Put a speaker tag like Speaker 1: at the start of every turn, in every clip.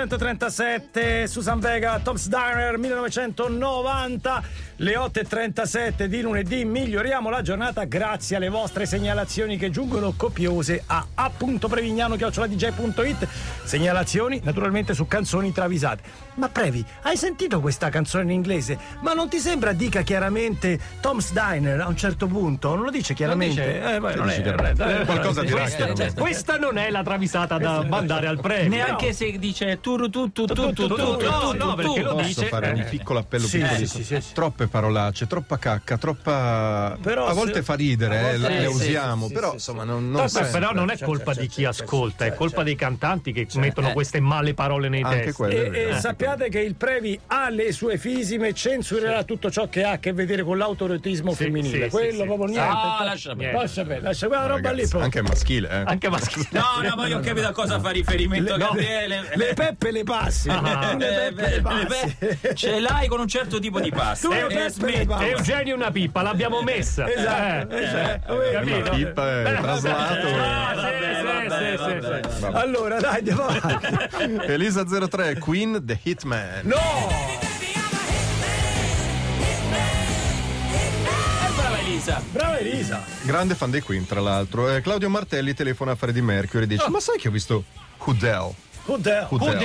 Speaker 1: 1837, Susan Vega, Tom's Diner 1990, le 8.37 di lunedì miglioriamo la giornata grazie alle vostre segnalazioni che giungono copiose a a.prevignano.dj.it segnalazioni naturalmente su canzoni travisate. Ma Previ, hai sentito questa canzone in inglese? Ma non ti sembra dica chiaramente Tom's Diner a un certo punto? Non lo dice chiaramente?
Speaker 2: dice.
Speaker 1: Eh, beh,
Speaker 2: Non
Speaker 1: non è-
Speaker 2: dice
Speaker 1: eh,
Speaker 2: chiaramente.
Speaker 1: eh,
Speaker 2: Qualcosa
Speaker 1: eh,
Speaker 2: dirà
Speaker 1: questa-
Speaker 2: chiaramente.
Speaker 1: Questa non è la travisata da mandare al premio.
Speaker 3: Neanche
Speaker 1: no.
Speaker 3: se dice turu tu tu tu tu tu Ah,
Speaker 1: No, no, perché lo
Speaker 2: Posso
Speaker 1: dice-
Speaker 2: fare un
Speaker 1: eh,
Speaker 2: piccolo appello
Speaker 1: sì,
Speaker 2: piccolissimo?
Speaker 1: sì, sì, sì, sì.
Speaker 2: Troppe parolacce, troppa cacca, troppa.
Speaker 1: Però
Speaker 2: a
Speaker 1: se-
Speaker 2: volte fa ridere,
Speaker 1: a volte-
Speaker 2: eh, le,
Speaker 3: sì,
Speaker 2: le
Speaker 3: sì,
Speaker 2: usiamo,
Speaker 1: sì,
Speaker 2: però
Speaker 1: sì,
Speaker 2: insomma
Speaker 1: sì.
Speaker 2: non, non
Speaker 4: Beh,
Speaker 2: sempre.
Speaker 4: però non è
Speaker 1: Certo,
Speaker 4: colpa
Speaker 1: certo,
Speaker 4: di chi
Speaker 1: certo,
Speaker 4: ascolta, è
Speaker 1: certo,
Speaker 4: colpa
Speaker 1: certo.
Speaker 4: dei cantanti che mettono
Speaker 3: eh.
Speaker 4: queste male parole nei
Speaker 2: Anche
Speaker 4: testi.
Speaker 2: quello.
Speaker 1: E, e
Speaker 2: Eh.
Speaker 1: sappiate che il Previ ha le sue fisime, censurerà tutto ciò che ha a che vedere con l'autoretismo
Speaker 4: Sì,
Speaker 1: femminile.
Speaker 4: sì,
Speaker 1: Quello
Speaker 4: sì,
Speaker 1: proprio
Speaker 4: sì.
Speaker 1: niente.
Speaker 3: Ah, lascia perdere.
Speaker 1: Lascia perdere, lascia quella roba
Speaker 2: Ragazzi,
Speaker 1: lì. proprio.
Speaker 2: anche maschile, eh.
Speaker 4: Anche maschile.
Speaker 3: No, no, ma io ho capito a cosa fa riferimento Gabriele.
Speaker 1: Le peppe le passi.
Speaker 4: Ah.
Speaker 1: Tu le
Speaker 3: Eh,
Speaker 1: peppe le passi. Esatto.
Speaker 3: beh, beh, ce l'hai con un certo tipo di pasta.
Speaker 1: Tu le
Speaker 3: Eh,
Speaker 1: peppe le
Speaker 3: smetti.
Speaker 1: passi.
Speaker 4: Eugenio è una pippa, l'abbiamo messa.
Speaker 1: Esatto,
Speaker 4: Eh,
Speaker 1: esatto.
Speaker 4: eh,
Speaker 2: Una
Speaker 4: capito?
Speaker 2: pippa, eh, traslato.
Speaker 4: Ah,
Speaker 3: Vabbè, vabbè,
Speaker 4: sì, sì, sì, sì,
Speaker 3: vabbè.
Speaker 4: sì.
Speaker 2: Vabbè.
Speaker 1: Allora, dai, andiamo avanti.
Speaker 2: Elisa 03, Queen The Hitman.
Speaker 1: No!
Speaker 3: Eh, brava Elisa.
Speaker 1: Brava Elisa!
Speaker 2: Grande fan dei Queen, tra l'altro. Eh, Claudio Martelli telefona a Freddie Mercury e
Speaker 1: Oh.
Speaker 2: dice: Ma sai che ho visto Whodell?
Speaker 1: Hotel.
Speaker 2: Who
Speaker 4: Who
Speaker 2: Dell?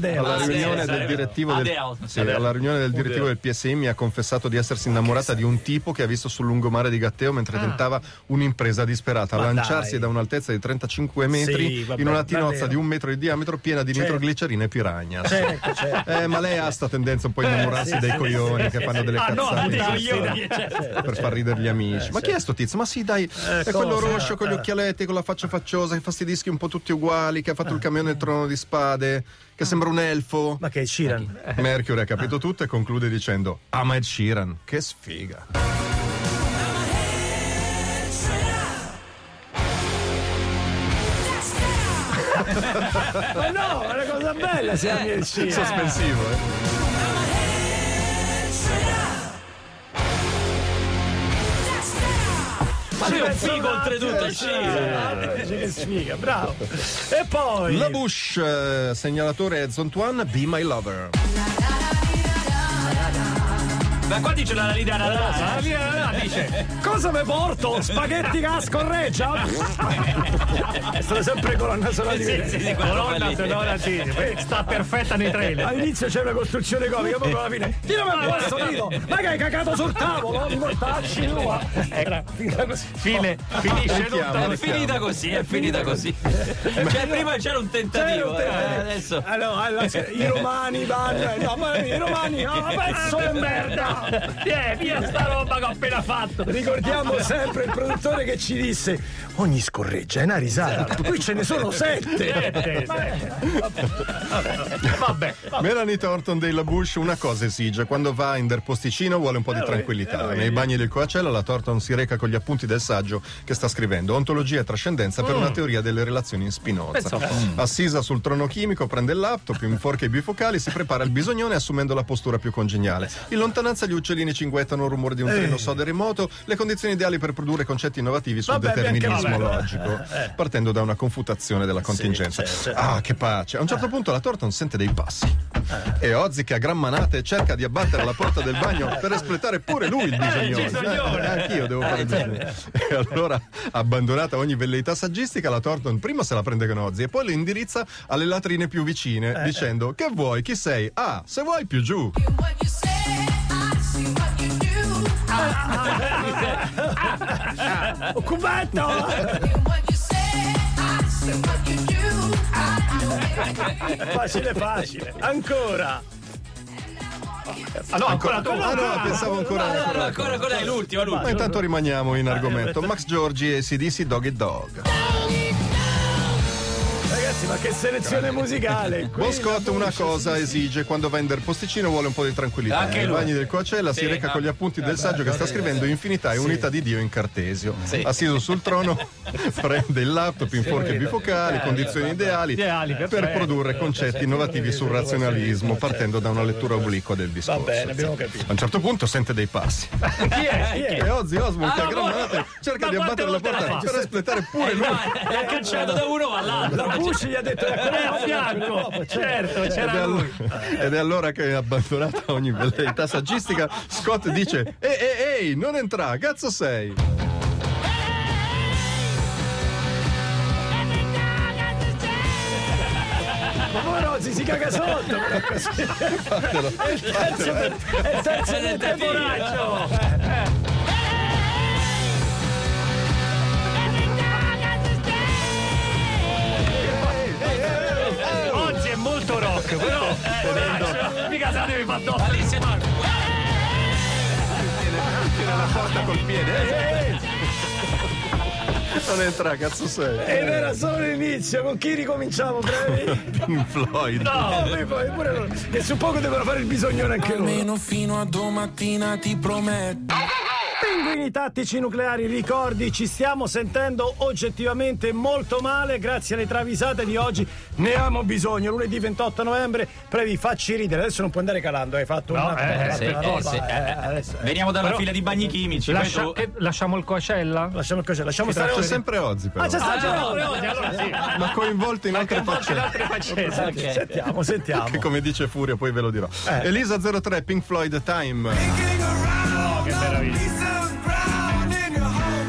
Speaker 4: Dell?
Speaker 2: alla
Speaker 3: Adele,
Speaker 2: riunione
Speaker 3: Adele.
Speaker 2: del direttivo del,
Speaker 3: Adele.
Speaker 2: sì,
Speaker 3: Adele.
Speaker 2: alla riunione del direttivo del PSI mi ha confessato di essersi innamorata di un tipo che ha visto sul lungomare di Gatteo mentre tentava un'impresa disperata,
Speaker 1: Ah. Ma
Speaker 2: lanciarsi
Speaker 1: dai.
Speaker 2: da un'altezza di 35 metri
Speaker 1: Sì, vabbè,
Speaker 2: in una tinozza
Speaker 1: davvero.
Speaker 2: di un metro di diametro piena di
Speaker 1: Certo.
Speaker 2: nitroglicerina e piragna.
Speaker 1: Certo, certo.
Speaker 2: Eh, ma lei ha sta tendenza un po' a innamorarsi
Speaker 1: sì,
Speaker 2: dei
Speaker 1: sì,
Speaker 2: coglioni che fanno delle
Speaker 4: Ah, no,
Speaker 2: cazzate
Speaker 4: dei
Speaker 2: in
Speaker 4: coglioni,
Speaker 2: sessione
Speaker 4: certo.
Speaker 2: per far ridere gli amici. Ma chi è sto tizio? Ma sì, dai, è quello
Speaker 1: Eh, certo. cosa? Eh.
Speaker 2: roscio con gli occhialetti, con la faccia facciosa, che fa sti dischi un po' tutti uguali, che ha fatto il camion del trono di spade, che sembra un elfo.
Speaker 1: Ah. Ma che Ah. è Sheeran?
Speaker 2: Mercury ha capito tutto e conclude dicendo Ama Ed Sheeran, che sfiga.
Speaker 1: Ma no, è una cosa bella se
Speaker 4: Eh.
Speaker 1: ami il Sheeran.
Speaker 2: Sospensivo, eh.
Speaker 3: Ma lui è un figo oltretutto, Elisa.
Speaker 1: Eh, Che sfiga, bravo. E poi...
Speaker 2: La Bush, eh, segnalatore Zontuan, Be My Lover.
Speaker 3: Ma qua dice la Lalida la, la, la,
Speaker 4: Ah, via, là, dice.
Speaker 1: Cosa mi porto? Spaghetti casco reggia? Sono sempre colonna sonora di
Speaker 3: Sì, sì, quella roba
Speaker 4: Colonna
Speaker 3: lì.
Speaker 4: sonora sì, beh, sta perfetta nei trailer.
Speaker 1: All'inizio c'è una costruzione comica, poi alla fine tirami
Speaker 4: Eh.
Speaker 1: un po' il sonino! Ma che hai cacato sul tavolo? Mi mortacci tua!
Speaker 4: Eh.
Speaker 1: Era finita così.
Speaker 4: Fine, finisce
Speaker 2: Mettiamo.
Speaker 4: tutto.
Speaker 3: È finita così, è finita così. Cioè, prima c'era un
Speaker 1: C'era un
Speaker 3: tentativo, eh,
Speaker 1: tentativo.
Speaker 3: adesso.
Speaker 1: Allora, alla- I romani vanno, eh, no, ma i romani, no, ma pezzo di merda!
Speaker 4: Vieni, Eh, via sta roba che ho appena fatto.
Speaker 1: Ricordiamo sempre il produttore che ci disse: Ogni scorreggia è una risata. Qui ce ne sono sette.
Speaker 4: Niente. Eh, Vabbè.
Speaker 2: Melanie Thornton dei La Bush una cosa esige, quando va in Der Posticino vuole
Speaker 1: Eh,
Speaker 2: un po' di tranquillità. Nei bagni del Coacella la Thornton si reca con gli appunti del saggio che sta scrivendo, Ontologia e trascendenza per
Speaker 1: Mm.
Speaker 2: una teoria delle relazioni in Spinoza. Mm. Assisa sul trono chimico, prende il laptop, inforca i bifocali, si prepara al bisognone assumendo la postura più congeniale. In lontananza gli uccellini cinguettano il rumore di
Speaker 1: Eh.
Speaker 2: un treno sodo e remoto, le condizioni ideali per produrre concetti innovativi sul
Speaker 1: Vabbè, Eh, abbiamo
Speaker 2: determinismo
Speaker 1: capito.
Speaker 2: logico, partendo da una confutazione della contingenza.
Speaker 1: certo,
Speaker 2: Ah, che pace! A un
Speaker 1: Eh.
Speaker 2: certo punto la Thornton sente dei passi. E Ozzy che a gran manate cerca di abbattere la porta del bagno per espletare pure lui il bisognone.
Speaker 4: il bisognone.
Speaker 2: Eh, anch'io devo fare il bisognone. E allora, abbandonata ogni velleità saggistica, la Thornton prima se la prende con Ozzy e poi lo indirizza alle latrine più vicine, dicendo: Che vuoi? Chi sei? Ah, se vuoi più giù.
Speaker 5: What you said, I see what you do.
Speaker 1: Un cubetto!
Speaker 5: What you said, I see what you do.
Speaker 1: Facile, facile. Ancora.
Speaker 4: Ah, no, ancora tu.
Speaker 2: Ah, no, pensavo ancora.
Speaker 3: Allora,
Speaker 2: ancora-
Speaker 3: ancora, ancora è l'ultimo, è
Speaker 2: Ma
Speaker 3: l'ultimo.
Speaker 2: intanto rimaniamo in argomento. Max Giorgi e CDC Dog e Dog.
Speaker 1: Ragazzi, ma che selezione musicale!
Speaker 2: Bon Scott una cosa esige quando va in del posticino vuole un po' di tranquillità.
Speaker 3: Anche
Speaker 2: Nei
Speaker 3: lui.
Speaker 2: bagni del Coacella si
Speaker 3: Sì,
Speaker 2: reca
Speaker 3: ah.
Speaker 2: con gli appunti del saggio che sta scrivendo Infinità e unità di Dio in Cartesio. Asseso sul trono prende il laptop, inforca i
Speaker 3: Eh,
Speaker 2: bifocali, condizioni ideali,
Speaker 4: Ideali,
Speaker 2: per
Speaker 4: perfetto. Eh, certo.
Speaker 2: produrre concetti innovativi sul razionalismo partendo da una lettura obliqua del discorso.
Speaker 1: bene, abbiamo capito.
Speaker 2: A un certo punto sente dei passi.
Speaker 4: Chi è?
Speaker 2: E Ozzy Osbourne che a
Speaker 4: Ah, no,
Speaker 2: grammanate cerca
Speaker 4: ma
Speaker 2: di abbattere la
Speaker 4: quante volte Eh,
Speaker 2: porta
Speaker 4: la fa?
Speaker 2: per espletare pure lui.
Speaker 3: Ma è cacciato da uno all'altro.
Speaker 1: La Bush gli gli ha detto da
Speaker 4: Era Eh, a
Speaker 1: quella
Speaker 4: fianco, certo,
Speaker 2: Ed è,
Speaker 4: c'era
Speaker 2: all-
Speaker 4: lui.
Speaker 2: ed è allora che abbandonata ogni velleità saggistica, Scott dice: Ehi, ehi, ehi, non entra, cazzo sei.
Speaker 1: Ma poi Rozzi si caga sotto! È il terzo del- è il terzo del tempo
Speaker 4: Poraccio! Oggi è molto rock, però eh, poraccio, mica sapevi fatto.
Speaker 3: Alessia Marco.
Speaker 2: Tira la porta col piede. "Ehi, ehi, ehi." Non entra, cazzo sei.
Speaker 1: Ed era solo l'inizio, con chi ricominciamo, bravi?
Speaker 2: Pink Floyd.
Speaker 1: No, poi- poi Oh, pure loro. E su poco devono fare il bisognone anche loro.
Speaker 6: Almeno fino a domattina ti prometto.
Speaker 1: Pinguini tattici nucleari, ricordi, ci stiamo sentendo oggettivamente molto male grazie alle travisate di oggi. Ne abbiamo bisogno. Lunedì 28 novembre, previ, facci ridere. Adesso non puoi andare calando, hai fatto
Speaker 4: No,
Speaker 1: una,
Speaker 4: eh,
Speaker 1: hai fatto
Speaker 4: sì,
Speaker 1: una
Speaker 3: eh,
Speaker 1: roba,
Speaker 3: sì,
Speaker 1: eh, adesso, eh.
Speaker 3: Veniamo dalla
Speaker 4: Però-
Speaker 3: fila di bagni chimici.
Speaker 4: Lascia-
Speaker 3: poi-
Speaker 4: che- lasciamo il coacella?
Speaker 1: Lasciamo il coce, lasciamo stare
Speaker 2: C'è
Speaker 1: oggi.
Speaker 2: sempre Ozzy, però.
Speaker 1: Ah, c'è
Speaker 4: Ah,
Speaker 1: stato
Speaker 4: no, oggi, allora sì.
Speaker 2: Ma coinvolto in altre
Speaker 4: Faccio le
Speaker 2: faccende.
Speaker 4: altre faccende.
Speaker 3: Ok.
Speaker 1: Sentiamo, sentiamo.
Speaker 2: Che come dice Furio, poi ve lo dirò. Elisa 03, Pink Floyd Time.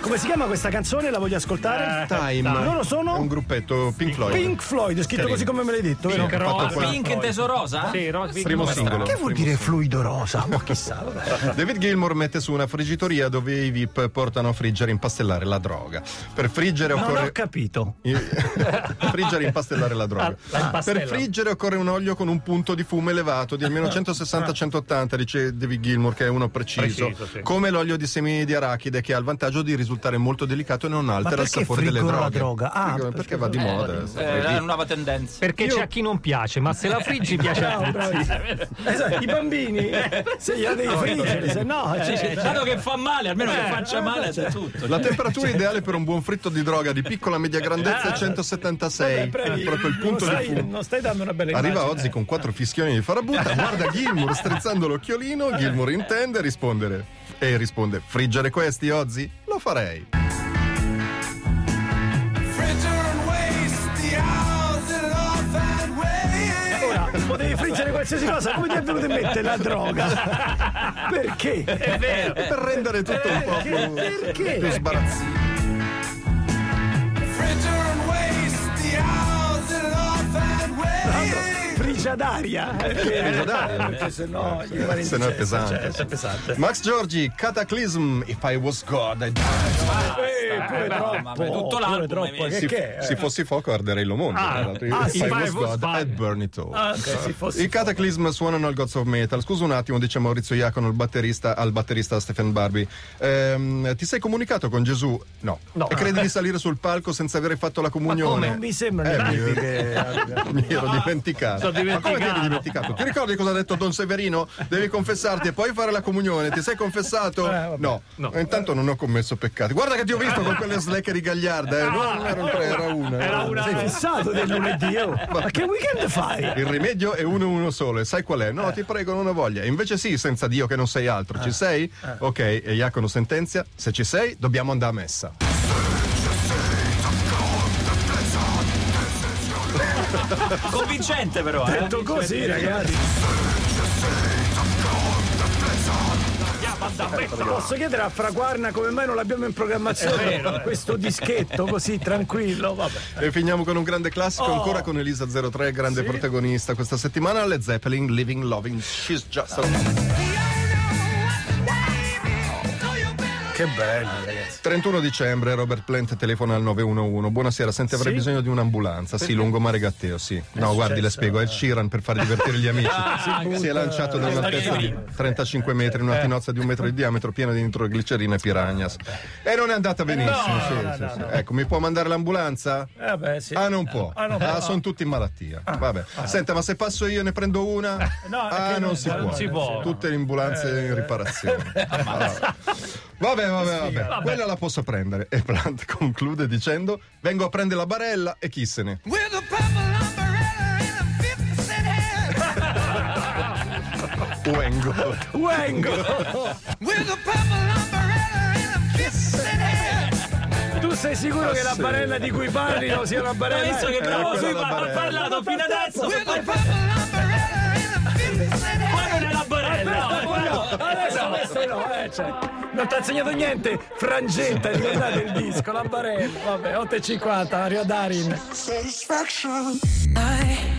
Speaker 1: Come si chiama questa canzone? La voglio ascoltare?
Speaker 2: Eh, Time.
Speaker 1: Loro sono?
Speaker 2: È Un gruppetto Pink Floyd.
Speaker 1: Pink Floyd, è scritto
Speaker 2: Carino.
Speaker 1: così come me l'hai detto, vero?
Speaker 4: Pink
Speaker 2: Ho
Speaker 4: Rock.
Speaker 2: fatto qua-
Speaker 3: Pink Eh, teso rosa?
Speaker 4: Sì, Rosby.
Speaker 2: Primo singolo.
Speaker 1: Che vuol dire fluido rosa? Ma chissà, vabbè.
Speaker 2: David Gilmour mette su una friggitoria dove i VIP portano a friggere e impastellare la droga. Per friggere
Speaker 1: Non ho
Speaker 2: occorre.
Speaker 1: capito.
Speaker 2: friggere e impastellare la droga.
Speaker 4: La impastella.
Speaker 2: per friggere occorre un olio con un punto di fumo elevato di almeno 160-180, dice David Gilmour, che è uno preciso.
Speaker 4: Preciso, sì.
Speaker 2: Come l'olio di semi di arachide, che ha il vantaggio di risultare molto delicato e non altera il
Speaker 1: perché
Speaker 2: sapore delle
Speaker 1: friggono
Speaker 2: droghe.
Speaker 1: la droga? Ah,
Speaker 2: Friggono, perché, va di moda.
Speaker 3: Eh,
Speaker 2: sai,
Speaker 3: è
Speaker 2: di-
Speaker 3: una nuova tendenza.
Speaker 4: Perché c'è a chi non piace, ma se la friggi piace a
Speaker 1: Bravo,
Speaker 4: tutti.
Speaker 1: bravo. Esatto, I bambini se gliela devi friggere, se no. cioè,
Speaker 3: Dato che fa male, almeno che faccia male a tutto.
Speaker 2: La temperatura ideale per un buon fritto di droga di piccola media grandezza è 176,
Speaker 1: previ,
Speaker 2: proprio il punto
Speaker 1: non
Speaker 2: di
Speaker 1: stai,
Speaker 2: fumo.
Speaker 1: non stai dando una bella immagine.
Speaker 2: Arriva Ozzy con quattro fischioni di farabutta, guarda Gilmour strizzando
Speaker 1: Eh.
Speaker 2: l'occhiolino, Gilmour intende rispondere. E risponde, friggere questi Ozzy? Lo farei.
Speaker 1: Ora, potevi friggere qualsiasi cosa, come ti è venuto in mente la droga? Perché?
Speaker 2: Per rendere tutto un po'
Speaker 1: Perché?
Speaker 2: più,
Speaker 1: Eh. Perché? Eh,
Speaker 2: più sbarazzino.
Speaker 1: Frigia d'aria.
Speaker 2: Friggere d'aria.
Speaker 1: Perché se no gli rimane
Speaker 2: Eh, Se no è
Speaker 1: indigesto,
Speaker 2: pesante.
Speaker 1: cioè, è pesante.
Speaker 2: Max Giorgi, Cataclysm, If I Was God, I
Speaker 1: Eh, pure
Speaker 3: bravo, ma
Speaker 1: troppo,
Speaker 3: tutto
Speaker 1: pure
Speaker 3: l'album
Speaker 1: troppo,
Speaker 3: hai messo.
Speaker 1: Che,
Speaker 2: Si,
Speaker 1: che è?
Speaker 2: se fossi fuoco arderei lo mondo.
Speaker 4: Ah,
Speaker 2: tra l'altro.
Speaker 4: ah,
Speaker 2: If
Speaker 4: sì,
Speaker 2: I
Speaker 4: vai,
Speaker 2: was
Speaker 4: voi
Speaker 2: God,
Speaker 4: sbaglio.
Speaker 2: I'd burn it all.
Speaker 1: Ah, ok, se fossi
Speaker 2: I Cataclysm suonano al Gods of Metal. Scusa un attimo, dice Maurizio Iacono, il batterista, al batterista Stephen Barbie. Ehm, ti sei comunicato con Gesù? No.
Speaker 4: No.
Speaker 2: E credi di salire sul palco senza aver fatto la comunione?
Speaker 1: Non mi sembra
Speaker 2: Eh,
Speaker 1: neanche
Speaker 2: mi-
Speaker 1: che...
Speaker 2: Mi ero dimenticato.
Speaker 4: Ah. Sono
Speaker 2: Ma come ti eri
Speaker 4: dimenticato.
Speaker 2: dimenticato? Ti ricordi cosa ha detto Don Severino? Devi confessarti e poi fare la comunione. Ti sei confessato?
Speaker 4: Eh,
Speaker 2: no. Intanto non ho commesso peccati. Guarda che ti ho visto con quelle slacker di Gagliarda. eh. No, non erano tre, era una.
Speaker 4: Era una-
Speaker 1: Sei fissato del lunedì, oh. Ma che weekend fai?
Speaker 2: Il rimedio è uno e uno solo, e sai qual è?
Speaker 4: Eh.
Speaker 2: No, ti prego, non ho voglia. Invece sì, senza Dio che non sei altro. Ci sei?
Speaker 4: Eh.
Speaker 2: Ok, e Iacono sentenzia: se ci sei, dobbiamo andare a messa.
Speaker 3: Convincente però, eh.
Speaker 1: Detto così, ragazzi. Posso chiedere a Fraguarna come mai non l'abbiamo in programmazione questo dischetto così tranquillo? Vabbè.
Speaker 2: E finiamo con un grande classico, ancora con Elisa 03, grande protagonista questa settimana, Led Zeppelin, Living Loving. She's just a...
Speaker 1: Che bello, ragazzi.
Speaker 2: 31 dicembre, Robert Plant telefona al 911. Buonasera, senti,
Speaker 1: Sì?
Speaker 2: avrei
Speaker 1: Eh, certo.
Speaker 2: bisogno di un'ambulanza. Sì, Lungomare Gatteo, sì. No, guardi,
Speaker 1: successo?
Speaker 2: le spiego, è il Sheeran per far divertire gli amici.
Speaker 1: Ah,
Speaker 2: si è lanciato da un'altezza di 35 metri in
Speaker 1: Eh.
Speaker 2: una tinozza di un metro di diametro piena di nitroglicerina e piragnas. E non è andata benissimo. sì, sì, sì. Ecco, mi può mandare l'ambulanza?
Speaker 1: Eh beh, sì.
Speaker 2: Ah, non può.
Speaker 1: Ah,
Speaker 2: Ah,
Speaker 1: non può. Ah,
Speaker 2: sono tutti in malattia. Vabbè. Senta, ma se passo io e ne prendo una?
Speaker 1: Eh, no, è
Speaker 2: ah,
Speaker 1: che
Speaker 2: non,
Speaker 1: non- Eh.
Speaker 2: si
Speaker 1: non
Speaker 2: può.
Speaker 4: si può.
Speaker 2: Tutte le ambulanze in riparazione. Ah, Vabbè, vabbè, vabbè, Quella la posso prendere. E Plant conclude dicendo: Vengo a prendere la barella e chi se ne.
Speaker 5: With a purple umbrella and a 50 cent hat.
Speaker 2: Wengo.
Speaker 1: Wengo!
Speaker 5: With a purple umbrella and a 50 cent hat.
Speaker 1: Tu tu sei sicuro
Speaker 2: Ah,
Speaker 1: che la
Speaker 2: sì.
Speaker 1: barella di cui parli non sia una
Speaker 3: Ma
Speaker 1: barella?
Speaker 3: visto che
Speaker 2: Eh,
Speaker 3: bravo
Speaker 2: quella
Speaker 3: sui
Speaker 2: da
Speaker 3: pa- ha
Speaker 2: Barella.
Speaker 3: parlato fino adesso.
Speaker 5: Ma non è la
Speaker 3: eh.
Speaker 5: barella! no, no.
Speaker 1: Adesso, adesso no, eh, cioè, non ti ha insegnato niente, frangenta è diventata il disco, la barella. Vabbè, 8.50, Mario Darin.
Speaker 7: satisfaction. I